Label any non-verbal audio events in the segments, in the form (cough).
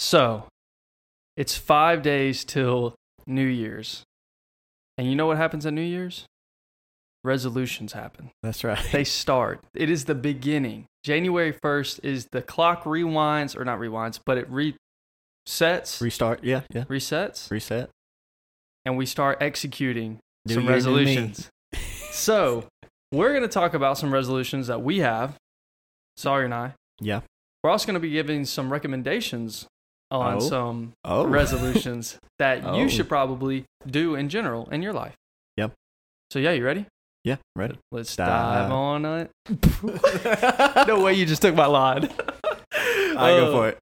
So, it's five days till New Year's. And you know what happens at New Year's? Resolutions happen. That's right. They start. It is the beginning. January 1st is the clock rewinds, or not rewinds, but it resets, Restart. Yeah, yeah. resets, Reset. and we start executing New some year, new me. resolutions. so, we're going to talk about some resolutions that we have, Sawyer and I. Yeah. We're also going to be giving some recommendations on Oh. some Oh. resolutions that Oh. you should probably do in general in your life. Yep. So yeah, you ready? (laughs) yeah, read Let's dive, Dive. on it. (laughs) it. No way you just took my line. (laughs) I go for it.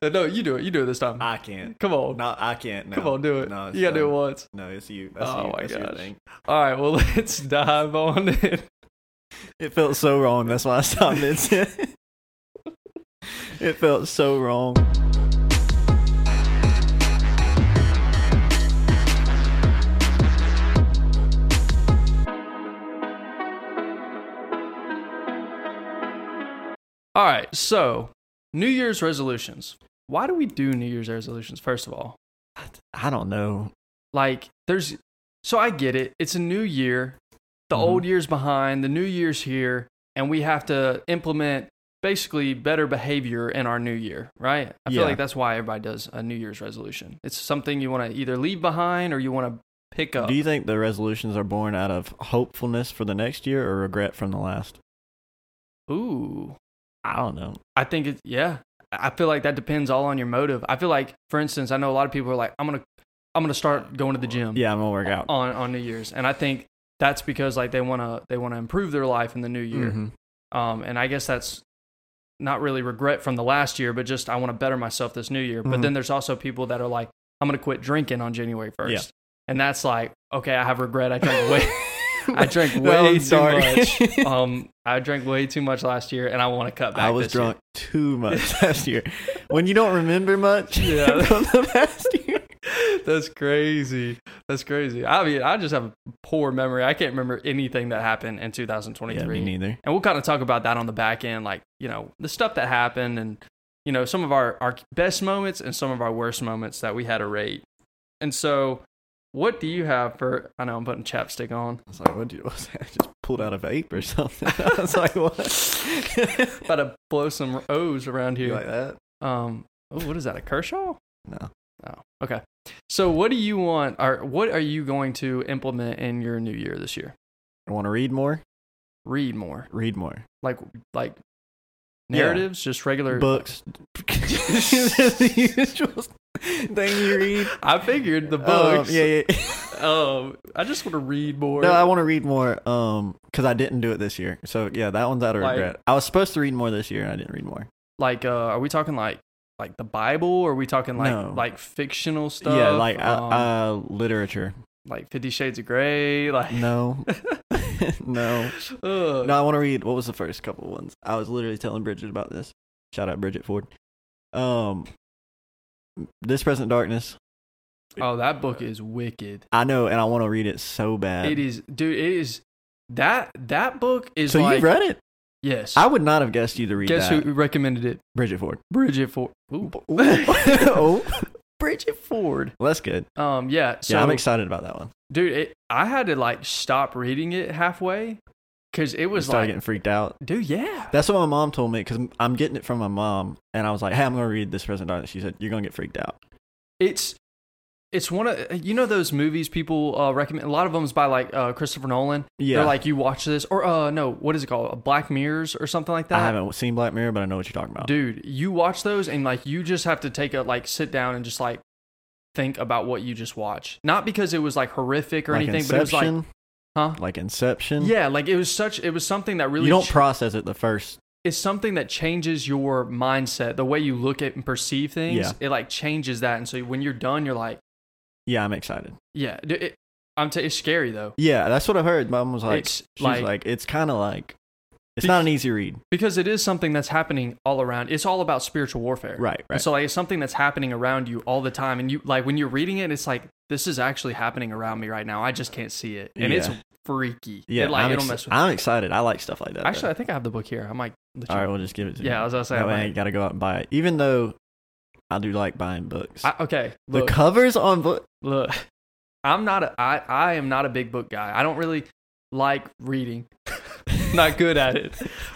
it. No, you do it. You do it this time. Uh, I can't. Come on. No, I can't. No. Come on, do it. No, it's you gotta do it done. once. No, it's you. That's Oh you. my That's your gosh. thing. All right, well (laughs) let's dive on it. It felt so wrong. That's why I stopped it. (laughs) it felt so wrong. All right, so New Year's resolutions. Why do we do New Year's resolutions, first of all? I don't know. Like, there's so I get it. It's a new year. The Mhm. old year's behind, the new year's here, and we have to implement basically better behavior in our new year, right? I feel Yeah. like that's why everybody does a new year's resolution. It's something you want to either leave behind or you want to pick up. Do you think the resolutions are born out of hopefulness for the next year or regret from the last? Ooh. I don't know. I think it yeah. I feel like that depends all on your motive. I feel like for instance, I know a lot of people are like I'm going to I'm going to start going to the gym. Yeah, I'm gonna work out. on on New Year's, and I think that's because like they wanna they wanna improve their life in the new year. (laughs) Mhm. Um, and I guess that's not really regret from the last year, but just I want to better myself this new year. But Mhm. then there's also people that are like, I'm gonna quit drinking on January first, Yeah. and that's like, okay, I have regret. I drank way (laughs) I (laughs) drank That way was too dark. (laughs) much. (laughs) Um, I drank way too much last year, and I want to cut back. I was this year. drunk too (laughs) much last year. When you don't remember much Yeah. (laughs) from the past year. (laughs) That's crazy. That's crazy. I mean, I just have a poor memory. I can't remember anything that happened in 2023. Yeah, me neither. and we'll kind of talk about that on the back end like you know the stuff that happened and you know some of our our best moments and some of our worst moments that we had to rate and so what do you have for i know i'm putting chapstick on I was like, what did you, was that? I just pulled out a vape or something. (laughs) I was (laughs) like, what? about to blow some o's around you like here that? um oh, what is that a kershaw No. oh okay so what do you want or what are you going to implement in your new year this year I want to read more. read more Read more. like like Yeah. narratives just regular Books. the (laughs) usual thing you (laughs) read. i figured the Um, books yeah, yeah. Um, I just want to read more. No, I want to read more. Um, because I didn't do it this year. So yeah, that one's out of Like- regret. I was supposed to read more this year, and I didn't read more. like, uh, are we talking like like the Bible? Or are we talking like No. like fictional stuff? yeah, like um, uh, uh, literature. like Fifty Shades of Grey. (laughs) Like No, (laughs) no. Ugh. No, I want to read. What was the first couple ones? I was literally telling Bridget about this. Shout out Bridget Ford. Um, this present darkness. Oh, that book is wicked. I know, and I want to read it so bad. It is, dude. It is that that book is So like you read it? yes. I would not have guessed you to read Guess that. who recommended it? Bridget (laughs) Ford. Bridget Ford. Ooh. (laughs) (laughs) oh, Bridget Ford. well, that's good. Um, yeah. So yeah, I'm excited about that one. dude, it, I had to like stop reading it halfway because it I was started like, getting freaked out. dude, yeah. That's what my mom told me because I'm getting it from my mom, and I was like, "Hey, I'm gonna read this present darkness." She said, "You're gonna get freaked out." it's it's one of you know those movies people uh, recommend. A lot of them is by like uh, Christopher Nolan. Yeah, They're like you watch this or uh no what is it called Black Mirrors or something like that. I haven't seen Black Mirror, but I know what you're talking about. Dude, you watch those and like you just have to take a like sit down and just like think about what you just watched. Not because it was like horrific or like anything, but it was Inception, Huh? Like Inception. like yeah, like it was such it was something that really you don't ch- process it the first it's something that changes your mindset, the way you look at and perceive things. Yeah. It like changes that, and so when you're done, you're like, yeah i'm excited yeah, dude, it, I'm t- it's scary though. yeah that's what i heard mom was like it's she's like, it's kind of like it's Be- not an easy read because it is something that's happening all around. It's all about spiritual warfare. right And right so like it's something that's happening around you all the time and you like when you're reading it it's like this is actually happening around me right now. I just can't see it. And it's Yeah. freaky. yeah It, like I'm, it'll ex- mess with I'm excited i like stuff like that though. Actually, I think I have the book here. I might let you- all right we'll just give it to Yeah, I you was going to say I that way i might. ain't gotta go out and buy it even though I do like buying books. I, okay, the look, covers on book. look. I'm not a I I am not a big book guy. I don't really like reading. (laughs) not good at (laughs) it.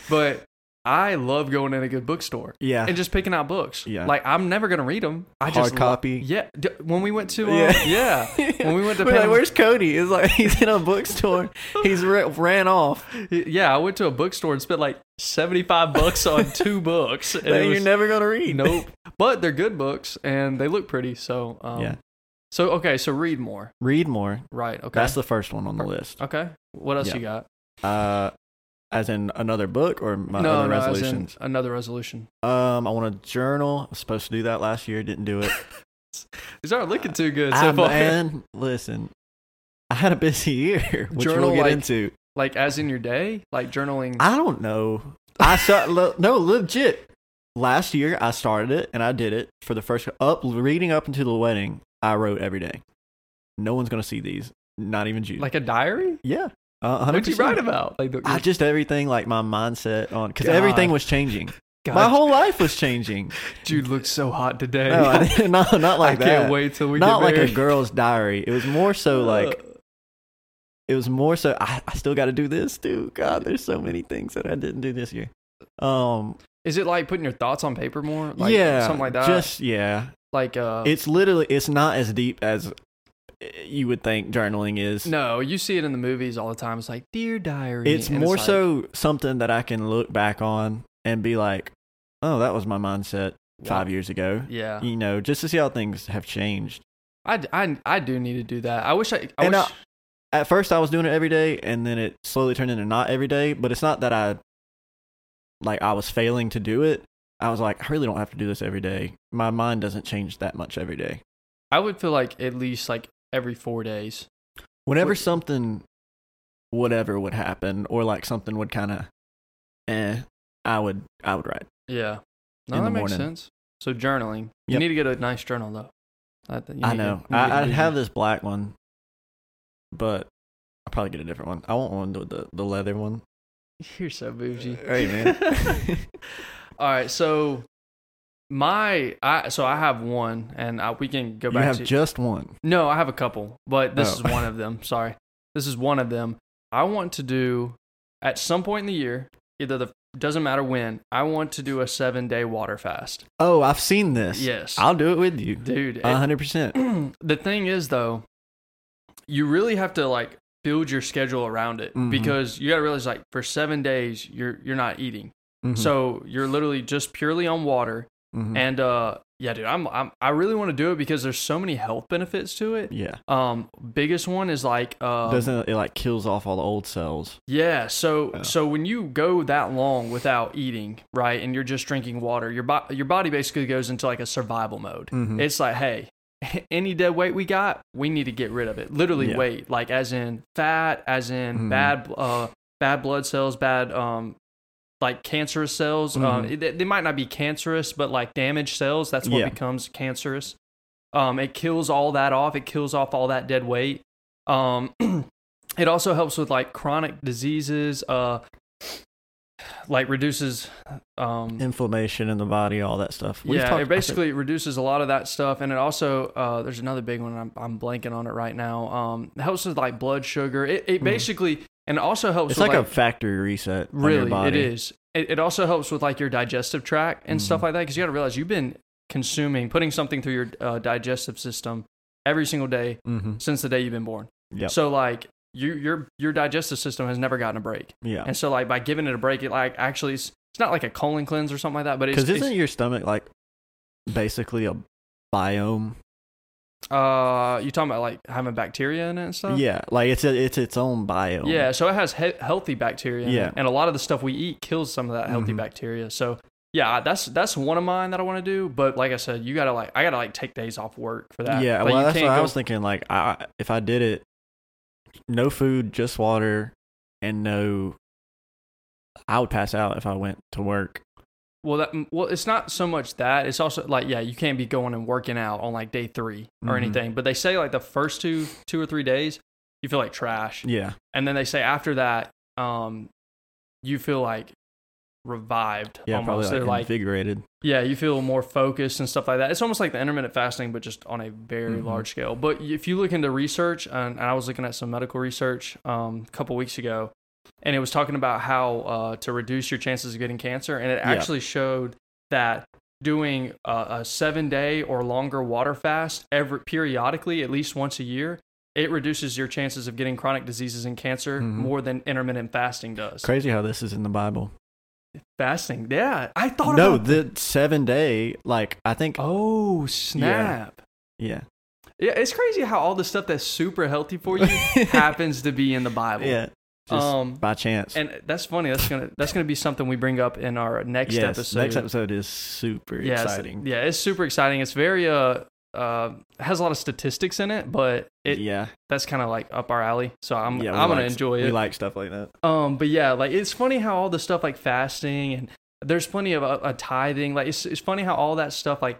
But I love going in a good bookstore Yeah. (laughs) and just picking out books. Yeah. Like I'm never going to read them. I Hard just lo- copy. yeah, d- when we went to uh, Yeah. yeah. when we went to (laughs) We're like, Pan- where's Cody? It's like (laughs) he's in a bookstore. he's re- (laughs) ran off. yeah, I went to a bookstore and spent like 75 bucks (laughs) on two books. And that it you're was- never gonna read. nope. But they're good books and they look pretty, so um Yeah. So okay, so read more. Read more. Right. Okay. That's the first one on the list. okay. What else Yeah. you got? Uh, as in another book or my no, other no, as in resolutions. another resolution. Um, I want to journal. I was supposed to do that last year. Didn't do (laughs) it. These aren't looking too good so ah, far. man, listen. I had a busy (laughs) year, which Journal, we'll get like- into. (laughs) Like as in your day, like journaling. I don't know. I saw (laughs) le- no legit. Last year, I started it and I did it for the first up reading up until the wedding. I wrote every day. No one's gonna see these. Not even you. like a diary. yeah, uh, What'd you 100%. write about? Like the, I just everything like my mindset on because God. everything was changing. God, My whole life (laughs) was changing. dude looks so hot today. (laughs) No, I- no, not like I that. can't wait till we Not get like a married. girl's diary. It was more (laughs) so like Uh, it was more so. I, I still got to do this too. God, there's so many things that I didn't do this year. Um, Is it like putting your thoughts on paper more? Like, yeah, something like that. Just yeah. like uh, It's literally it's not as deep as you would think journaling is. no, you see it in the movies all the time. It's like dear diary. it's and more like- so something that I can look back on and be like, oh, that was my mindset five years ago. Yeah, You know, just to see how things have changed. I, I, I do need to do that. I wish I. I And uh, wish, I- At first, I was doing it every day, and then it slowly turned into not every day. But it's not that I like I was failing to do it. I was like, I really don't have to do this every day. My mind doesn't change that much every day. I would feel like at least like every four days. whenever What- something whatever would happen or like something would kind of eh i would i would write Yeah. No, in that the makes morning. sense. So journaling. You Yep. need to get a nice journal though. I, th- you i need to- know you need to I, i'd do have that. this black one but i'll probably get a different one i want one with the, the leather one (laughs) You're so bougie. Uh, Hey, man. (laughs) All right, so my I so I have one, and I, we can go you back have to just one no, I have a couple, but this Oh. is one of them. Sorry, this is one of them. I want to do at some point in the year, either the doesn't matter when. I want to do a seven day water fast. oh i've seen this Yes, i'll Uh-huh. do it with you dude. it- 100% (clears throat) the thing is though you really have to like build your schedule around it Mhm. because you got to realize like for 7 days you're you're not eating Mhm, so you're literally just purely on water mhm. and uh yeah dude I'm, I'm I really want to do it because there's so many health benefits to it yeah um biggest one is like uh doesn't it like kills off all the old cells yeah so Yeah. so when you go that long without eating right and you're just drinking water your bo- your body basically goes into like a survival mode Mhm. it's like, hey, (laughs) any dead weight we got, we need to get rid of it. Literally, Yeah. weight, like as in fat, as in Mhm. bad, uh, bad blood cells, bad, um, like cancerous cells. Um, Mhm. it- they, might not be cancerous, but like damaged cells. That's what Yeah. becomes cancerous. Um, it kills all that off. It kills off all that dead weight. Um, (clears throat) it also helps with like chronic diseases. Uh, like reduces, um, inflammation in the body all that stuff We've yeah, talked- I it think- basically reduces a lot of that stuff, and it also uh, there's another big one. I'm, I'm blanking on it right now. Um, it helps with like blood sugar. It, it Mhm. basically and it also helps. it's with, like, a factory reset on your really it body. is. It, it also helps with like your digestive tract and Mm-hmm. stuff like that because you got to realize you've been consuming putting something through your uh, digestive system every single day mm-hmm. since the day you've been born. Yep. So like you your your digestive system has never gotten a break, yeah and so like by giving it a break, it like actually it's, it's not like a colon cleanse or something like that, but it's, Because it's isn't your stomach like basically a biome? Uh, you talking about like having bacteria in it and stuff? yeah, like it's a, it's its own biome. Yeah, so it has he- healthy bacteria. in it, Yeah. and a lot of the stuff we eat kills some of that healthy Mhm. bacteria. So yeah, that's that's one of mine that I want to do. But like I said, you gotta like I gotta like take days off work for that. yeah. Like, well, you that's what can't I go- was thinking. Like, I, if I did it, no food, just water, and no, I would pass out if I went to work. Well, that well, it's not so much that. It's also like yeah, you can't be going and working out on like day 3 or Mhm. anything. But they say like the first two two or three days you feel like trash. Yeah, and then they say after that um you feel like revived Yeah, almost. They're probably like like invigorated. yeah, you feel more focused and stuff like that. It's almost like the intermittent fasting, but just on a very Mhm. large scale. But if you look into research, and I was looking at some medical research um, a couple weeks ago, and it was talking about how uh, to reduce your chances of getting cancer, and it Yeah. actually showed that doing a, a seven day or longer water fast every periodically, at least once a year, it reduces your chances of getting chronic diseases and cancer Mhm. more than intermittent fasting does. Crazy how this is in the Bible. Fasting, yeah, I thought no, about. the seven day, like I think, Oh snap! yeah, Yeah, it's crazy how all the stuff that's super healthy (laughs) for you happens to be in the Bible. yeah, just Um by chance. and that's funny. That's gonna that's gonna be something we bring up in our next yes, episode. next episode is super yeah, it's- exciting. yeah, it's super exciting. It's very uh uh has a lot of statistics in it, but it yeah, that's kind of like up our alley. So I'm yeah, we I'm gonna like- enjoy We it. like stuff like that. Um, but yeah, like it's funny how all the stuff like fasting and there's plenty of uh, uh, tithing. Like it's it's funny how all that stuff like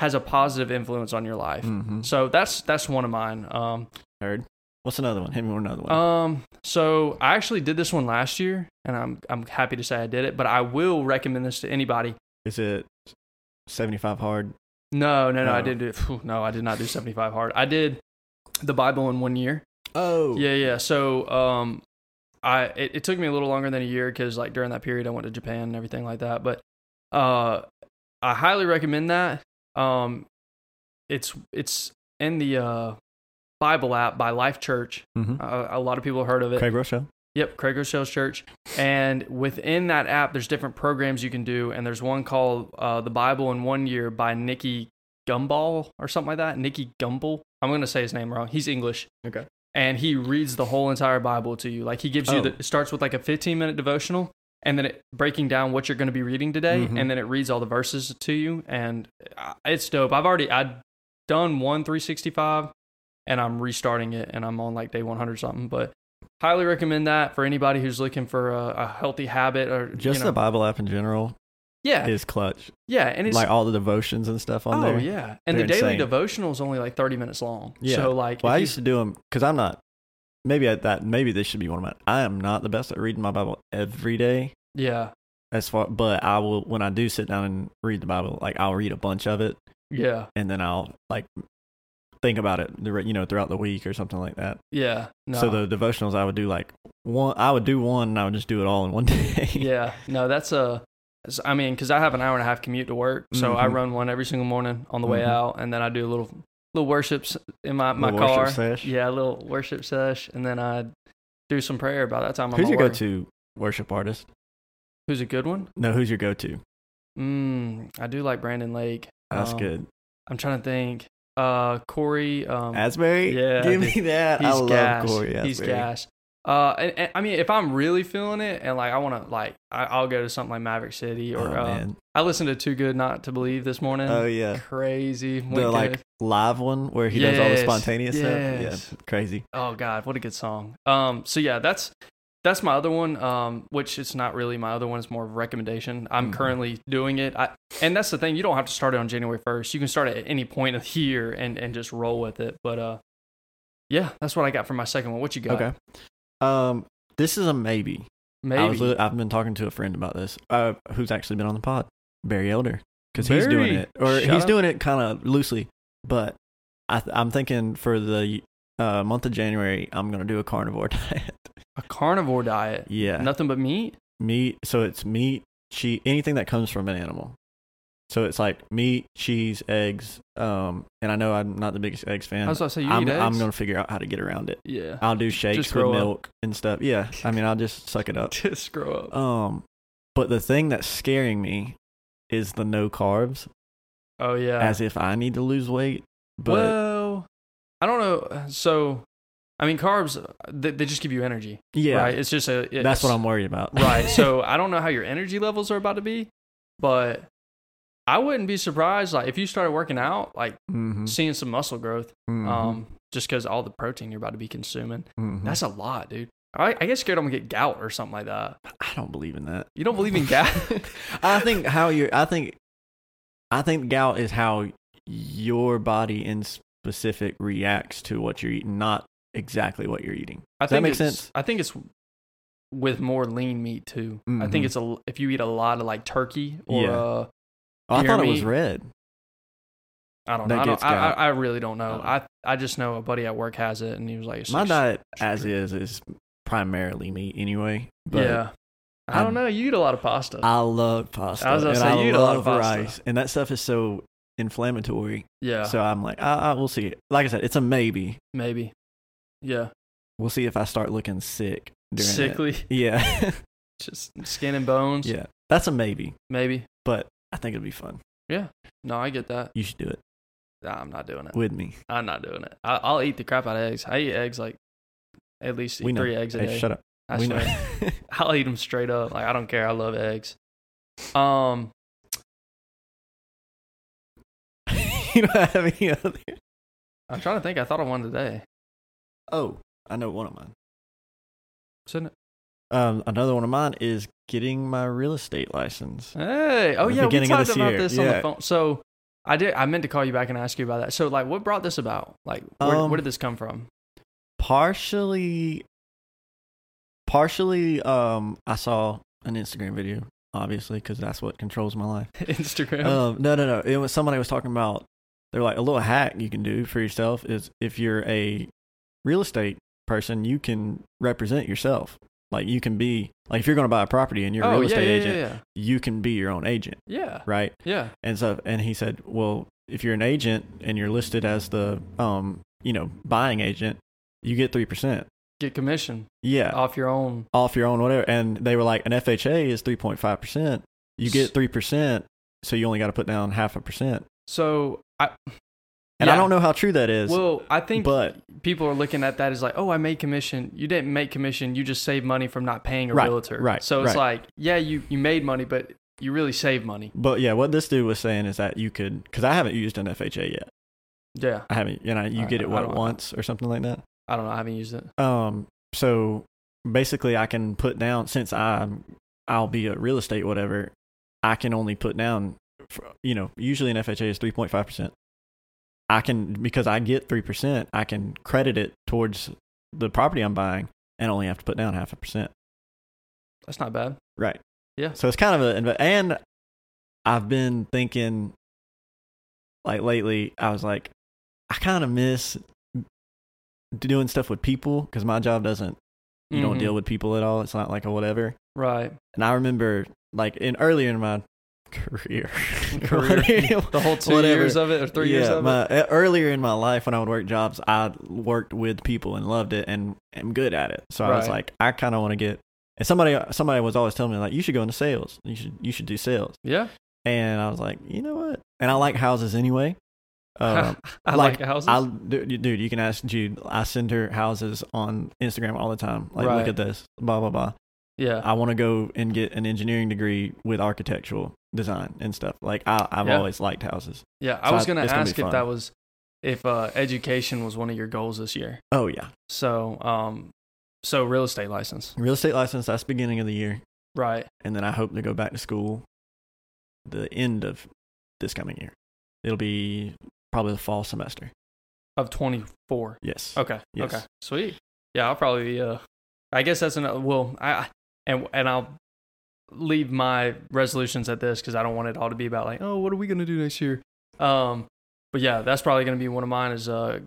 has a positive influence on your life. Mm-hmm. So that's that's one of mine. Um, Heard. What's another one? Hit me with another one. Um, so I actually did this one last year, and I'm I'm happy to say I did it. But I will recommend this to anybody. is it seventy-five hard? No, no, no, I Oh. didn't do. phew, No, I did not do 75 hard. I did the Bible in one year. Oh, Yeah, yeah. So, um, I it, it took me a little longer than a year because like during that period I went to Japan and everything like that. But, uh, I highly recommend that. Um, it's it's in the uh Bible app by Life Church. hmm Uh, a lot of people have heard of it. Craig Rochelle. Yep, Craig Rochelle's Church. And within that app, there's different programs you can do. And there's one called uh, The Bible in One Year by Nikki Gumball or something like that. Nikki Gumbel. I'm going to say his name wrong. He's English. Okay. And he reads the whole entire Bible to you. Like he gives you Oh. the, it starts with like a 15 minute devotional and then it breaking down what you're going to be reading today. Mhm. And then it reads all the verses to you. And uh, it's dope. I've already, I've done one 365 and I'm restarting it and I'm on like day 100 something. But highly recommend that for anybody who's looking for a, a healthy habit or you Just the know, Bible app in general yeah, is clutch. yeah, and it's Like all the devotions and stuff on oh there. yeah, and the They're daily insane. devotional is only like 30 minutes long. Yeah. So like, Well, if I you- used to do them because I'm not. Maybe I, that maybe this should be one of my. I am not the best at reading my Bible every day, yeah, as far. But I will when I do sit down and read the Bible, like I'll read a bunch of it, yeah, and then I'll like think about it, the re- you know, throughout the week or something like that. yeah. No. So the (laughs) devotionals I would do like one. I would do one, and I would just do it all in one (laughs) day. yeah, no, that's a. that's- I mean, because I have an hour and a half commute to work, so I Mhm. run one every single morning on the way Mhm. out, and then I do a little little worships in my my Little worship car. sesh. Yeah, a little worship sesh, and then I do some prayer. By that time, I'm Who's at your go work. to worship artist? Who's a good one? No, who's your go to? Mm, I do like Brandon Lake. That's Um, good. I'm trying to think. Uh, Corey. Um, Asbury? yeah, (laughs) Give dude. me that. he's I love gas. Corey Asbury. he's gas. Uh, and, and, I mean, if I'm really feeling it, and like I want to, like I, I'll go to something like Maverick City, Oh, or uh, man. I listened to Too Good Not to Believe this morning. oh, yeah. (laughs) Crazy. the Weekend. like live one where he does all the Yes, spontaneous yes. stuff. Yeah, crazy. oh god, what a good song. Um, so yeah, that's that's my other one. Um, which it's not really my other one; it's more of a recommendation. I'm Mhm. currently doing it. I and that's the thing; you don't have to start it on January 1st. You can start it at any point of the year and and just roll with it. But uh, yeah, that's what I got for my second one. What you got? Okay. Um, this is a maybe. maybe. I was li- I've been talking to a friend about this, uh, who's actually been on the pod, Barry Elder, because he's doing Barry! it, or Shout he's out. doing it kind of loosely. But I th- I'm thinking for the uh, month of January, I'm gonna do a carnivore (laughs) diet. a carnivore diet. yeah, Nothing but meat. meat. So it's meat, cheese, anything that comes from an animal. So it's like meat, cheese, eggs. Um, and I know I'm not the biggest eggs fan. I was about to say you I'm, eat eggs. I'm gonna figure out how to get around it. yeah. I'll do shakes Just with grow up. milk and stuff. Yeah, I mean, I'll just suck it (laughs) up. Just grow up. Um, but the thing that's scaring me is the no carbs, oh yeah. as if I need to lose weight. But well, I don't know. So, I mean, carbs they, they just give you energy. yeah, Right. It's just a. It's, that's what I'm worried about. right. (laughs) So I don't know how your energy levels are about to be, but I wouldn't be surprised. Like if you started working out, like Mhm, seeing some muscle growth, mhm, um, just because all the protein you're about to be consuming. mhm. That's a lot, dude. I, I get scared I'm gonna get gout or something like that. I don't believe in that. You don't believe (laughs) in gout? I think how you I think I think gout is how your body in specific reacts to what you're eating, not exactly what you're eating. (laughs) I that think makes it's- sense? I think it's with more lean meat too. I Mhm. think it's a if you eat a lot of like turkey or Yeah. uh, Oh, I thought it Jeremy- was red. I don't That know. I, don't, gets I, I, got. I really don't know. Oh. I I just know a buddy at work has it, and he was like, it's My like, diet, as is, is primarily meat anyway. But yeah. I don't I'm- know. You eat a lot of pasta. I love pasta. I was gonna and say, I you eat a lot love of pasta. rice, and that stuff is so inflammatory. yeah, So I'm like, I, I, we'll see. Like I said, it's a maybe. maybe. Yeah, We'll see if I start looking sick. During it. sickly, (laughs) Yeah, just skin and bones. yeah. That's a maybe, maybe. but I think it'd be fun. No, I get that. You should do it Nah, I'm not doing it. with me. I'm not doing it. I, I'll eat the crap out of eggs. I eat eggs like at least we know. three eggs a Hey, day. shut up. I we swear. know. (laughs) I'll eat them straight up. Like I don't care. I love eggs. Um, (laughs) you don't have any other. I'm trying to think. I thought of one today. Oh, I know one of mine. Isn't it? Um, another one of mine is getting my real estate license. Hey, oh The yeah, we beginning of talked this about year, this on the yeah. phone. So I did. I meant to call you back and ask you about that. So like, what brought this about? Like, where, Um, where did this come from? (laughs) partially partially um i saw an instagram video obviously because that's what controls my life Instagram. um no no no it was somebody was talking about they're like a little hack you can do for yourself is if you're a real estate person you can represent yourself like you can be like if you're going to buy a property and you're a oh real yeah, estate yeah, agent you can be your own agent yeah, yeah, right yeah, and so and he said well if you're an agent and you're listed as the um you know buying agent you get three percent Get commission yeah off your own. off your own whatever and they were like an fha is 3.5% you get 3% so you only got to put down half a percent So I and i Yeah. don't know how true that is well, I think but people are looking at that as like, oh, I made commission. You didn't make commission. You just saved money from not paying a Right, realtor. right, So it's right. like, yeah, you you made money, but you really saved money. but yeah what this dude was saying is that you could because i haven't used an fha yet Yeah, i haven't you know you I- get it I what don't- once or something like that I don't know. I haven't used it. um so basically i can put down since i i'll be a real estate whatever i can only put down for- you know usually an fha is 3.5% i can because i get 3% i can credit it towards the property i'm buying and only have to put down half a percent That's not bad. right Yeah. so it's kind of a and i've been thinking like lately i was like i kind of miss doing stuff with people because my job doesn't you don't Mhm. deal with people at all. It's not like a whatever. (laughs) right And I remember like in earlier in my (laughs) career, (laughs) career. the whole two Whatever. years of it or three years yeah, of it. my, e- earlier in my life when I would work jobs, I worked with people and loved it and am good at it. So I was Right. like, I kind of want to get. And somebody somebody was always telling me like, you should go into sales. You should you should do sales. Yeah, And I was like, you know what? And I like (laughs) houses anyway. Um, I like, like, houses. I dude, dude, you can ask Jude. I send her houses on Instagram all the time. Like, Right. look at this, blah blah blah. yeah, I want to go and get an engineering degree with architectural design and stuff. Like I, I've Yeah. always liked houses. yeah. I so was I- gonna it's gonna be ask if fun. that was if uh, education was one of your goals this year. Oh yeah, So, um, so real estate license, real estate license. That's beginning of the year, right? and then I hope to go back to school. The end of this coming year, it'll be probably the fall semester. Of twenty four. Yes. Okay. Yes. Okay. Sweet. Yeah, I'll probably. Uh, I guess that's another. Well, I I- and and I'll leave my resolutions at this because I don't want it all to be about like, oh, what are we gonna do next year? Um, but yeah, that's probably gonna be one of mine. Is uh,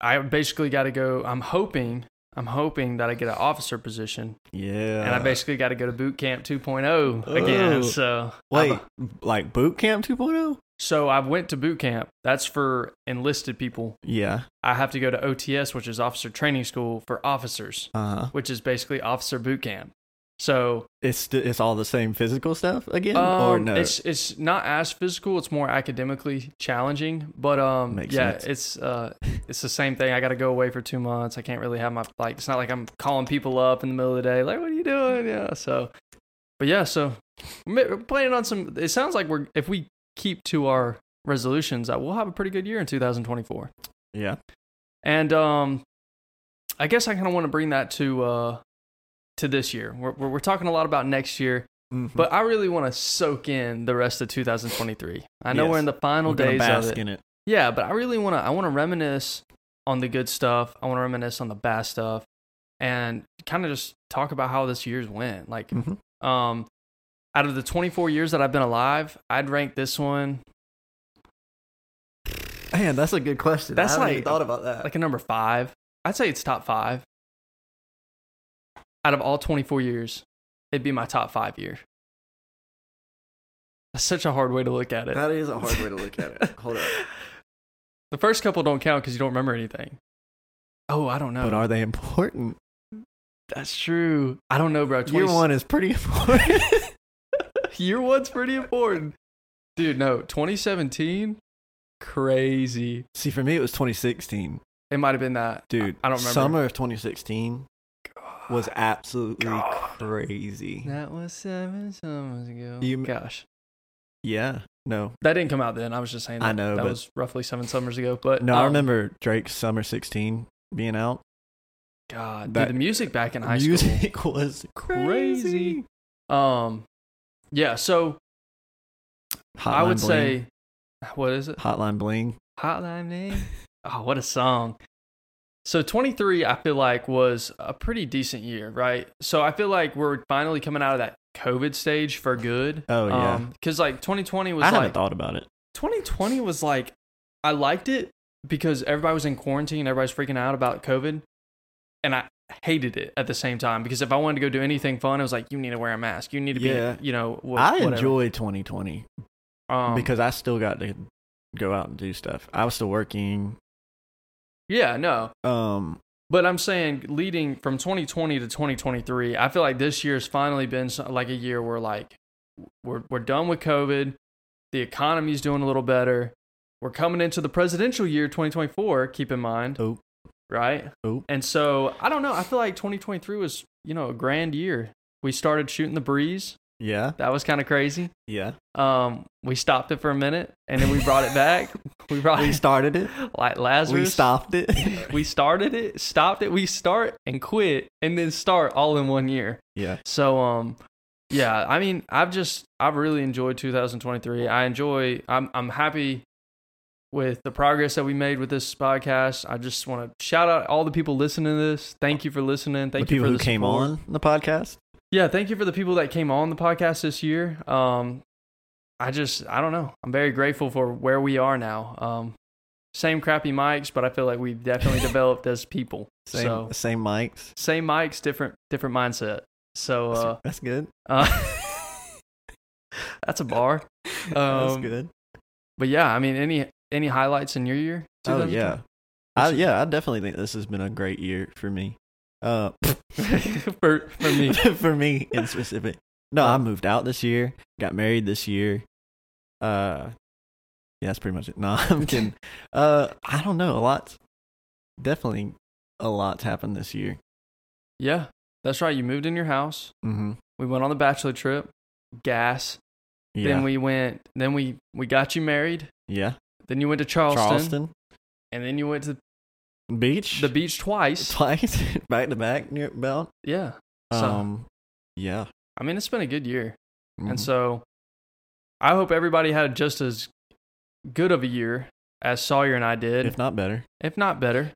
I basically got to go. I'm hoping. I'm hoping that I get an officer position, Yeah. and I basically got to go to boot camp 2.0 again. Uh. Oh. So wait, I've- like boot camp oh? 2.0? so I went to boot camp. That's for enlisted people. Yeah. I have to go to OTS, which is Officer Training School for officers Uh huh. which is basically officer boot camp. So It's st- it's all the same physical stuff again, or um, no? it's it's not as physical. It's more academically challenging, but um, Makes yeah, sense. it's uh, it's the same thing. I got to go away for two months. I can't really have my like. It's not like I'm calling people up in the middle of the day, like, what are you doing? Yeah. So, but yeah, so we're ma- planning on some. It sounds like we're if we keep to our resolutions, that we'll have a pretty good year in 2024. yeah. And um, I guess I kind of want to bring that to uh, to this year. We're, we're we're talking a lot about next year, Mhm. but I really want to soak in the rest of 2023. I know we're Yes. in the final We're gonna days bask of it. in it. Yeah, but I really want to. I want to reminisce on the good stuff. I want to reminisce on the bad stuff. and kind of just talk about how this year's went. Like, Mhm. um, out of the 24 years that I've been alive, I'd rank this one (laughs) Man, that's a good question. That's I haven't like- even thought about that. like a number five. I'd say it's top five. Out of all 24 years, it'd be my top five year. That's such a hard way to look at it. that is a hard way to look at (laughs) (laughs) it. Hold up. the first couple don't count because you don't remember anything. Oh, I don't know. But are they important? That's true. I don't know, bro. 20, Year one is pretty (laughs) important. (laughs) year one's pretty important. Dude, no. 2017, crazy. See, for me, it was 2016, It might have been that. dude. I don't remember. Summer of 2016 (sighs) was absolutely God. crazy. That was seven summers ago. You- Gosh. Yeah. No. That didn't come out then. I was just saying that, I know, that but- was roughly seven summers ago. But No, I um, remember Drake's Summer 16 being out. God, that- dude, the music back in high school. Music (laughs) was Crazy. crazy. (laughs) Um, yeah. So I Hotline would Bling. say, what is it? Hotline Bling. Hotline Man. oh, what a song. So 23, I feel like was a pretty decent year, right? So I feel like we're finally coming out of that COVID stage for good. Oh, yeah. Because like 2020 was I like haven't thought about it. 2020 was like I liked it because everybody was in quarantine, everybody's freaking out about COVID, and I hated it at the same time because if I wanted to go do anything fun, it was like you need to wear a mask, you need to Yeah. be, you know, wha- I whatever. enjoy 2020 um, because I still got to go out and do stuff. I was still working. yeah, no, Um, but I'm saying leading from 2020 to 2023, I feel like this year's finally been so- like a year where like we're we're done with COVID, the economy's doing a little better. We're coming into the presidential year 2024, keep in mind, oh, right? oh. And so I don't know. I feel like 2023 was you know a grand year. We started shooting the breeze. Yeah. That was kind of crazy. (laughs) Yeah. Um, we stopped it for a minute, and then we brought it back. (laughs) We brought We it started it. like Lazarus. We (laughs) stopped it. We started it, stopped it. We start and quit, and then start all in one year. yeah. So um, yeah. I mean, I've just I've really enjoyed 2023. I enjoy. I'm I'm happy with the progress that we made with this podcast. I just want to shout out all the people listening to this. Thank you for listening. Thank the you people for who the came support. on the podcast. Yeah, thank you for the people that came on the podcast this year. Um, I just I don't know. I'm very grateful for where we are now. Um, same crappy mics, but I feel like we've (laughs) definitely developed as people. Same, So same mics. same mics, different different mindset. So That's, uh, that's good. uh, (laughs) that's a bar. (laughs) that's Um, good. But yeah, I mean, any any highlights in your year? Oh 2020? yeah. I, yeah, I definitely think this has been a great year for me. Uh, (laughs) (laughs) for for me. (laughs) Uh, for me in specific. No, I moved out this year, got married this year. Uh, yeah, that's pretty much it. (laughs) No, (laughs) I'm kidding. Uh, I don't know. A lot's definitely a lot's happened this year. Yeah, that's right. You moved in your house. Mm-hmm. We went on the bachelor trip. Gas. Yeah, Then we went. Then we we got you married. yeah. Then you went to Charleston, Charleston and then you went to Beach, the beach twice. (laughs) twice back to back near belt. Yeah, So- Um, yeah. I mean it's been a good year, Mhm. and so I hope everybody had just as good of a year as Sawyer and I did, if not better, if not better.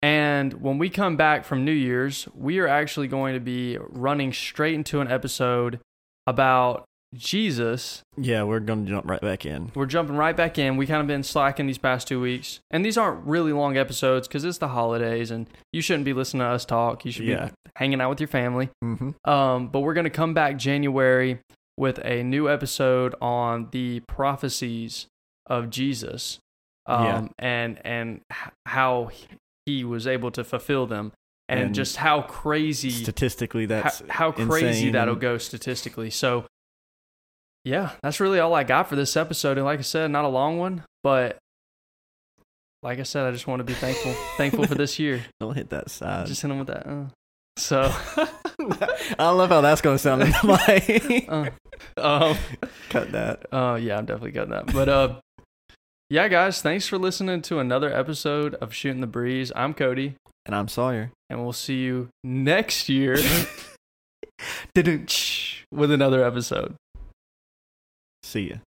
And when we come back from New Year's, we are actually going to be running straight into an episode about Jesus yeah, we're gonna jump right back in. We're jumping right back in. We kind of been slacking these past two weeks, and these aren't really long episodes because it's the holidays, and you shouldn't be listening to us talk. You should Yeah. be hanging out with your family. Mm-hmm. Um, but we're gonna come back January with a new episode on the prophecies of Jesus, um, Yeah. and and h- how he was able to fulfill them, and, And just how crazy Statistically, how, that's how crazy insane that'll and- go statistically. So, yeah, that's really all I got for this episode. And like I said, not a long one, but like I said, I just want to be (laughs) thankful, thankful for this year. don't hit that side. Just hit him with that. Uh. So, (laughs) I love how that's gonna sound in the mic. (laughs) uh, um, (laughs) Cut that. uh, yeah, I'm definitely getting that. But uh, yeah, guys, thanks for listening to another episode of Shooting the Breeze. I'm Cody, And I'm Sawyer. and we'll see you next (laughs) year (laughs) with another episode. See ya.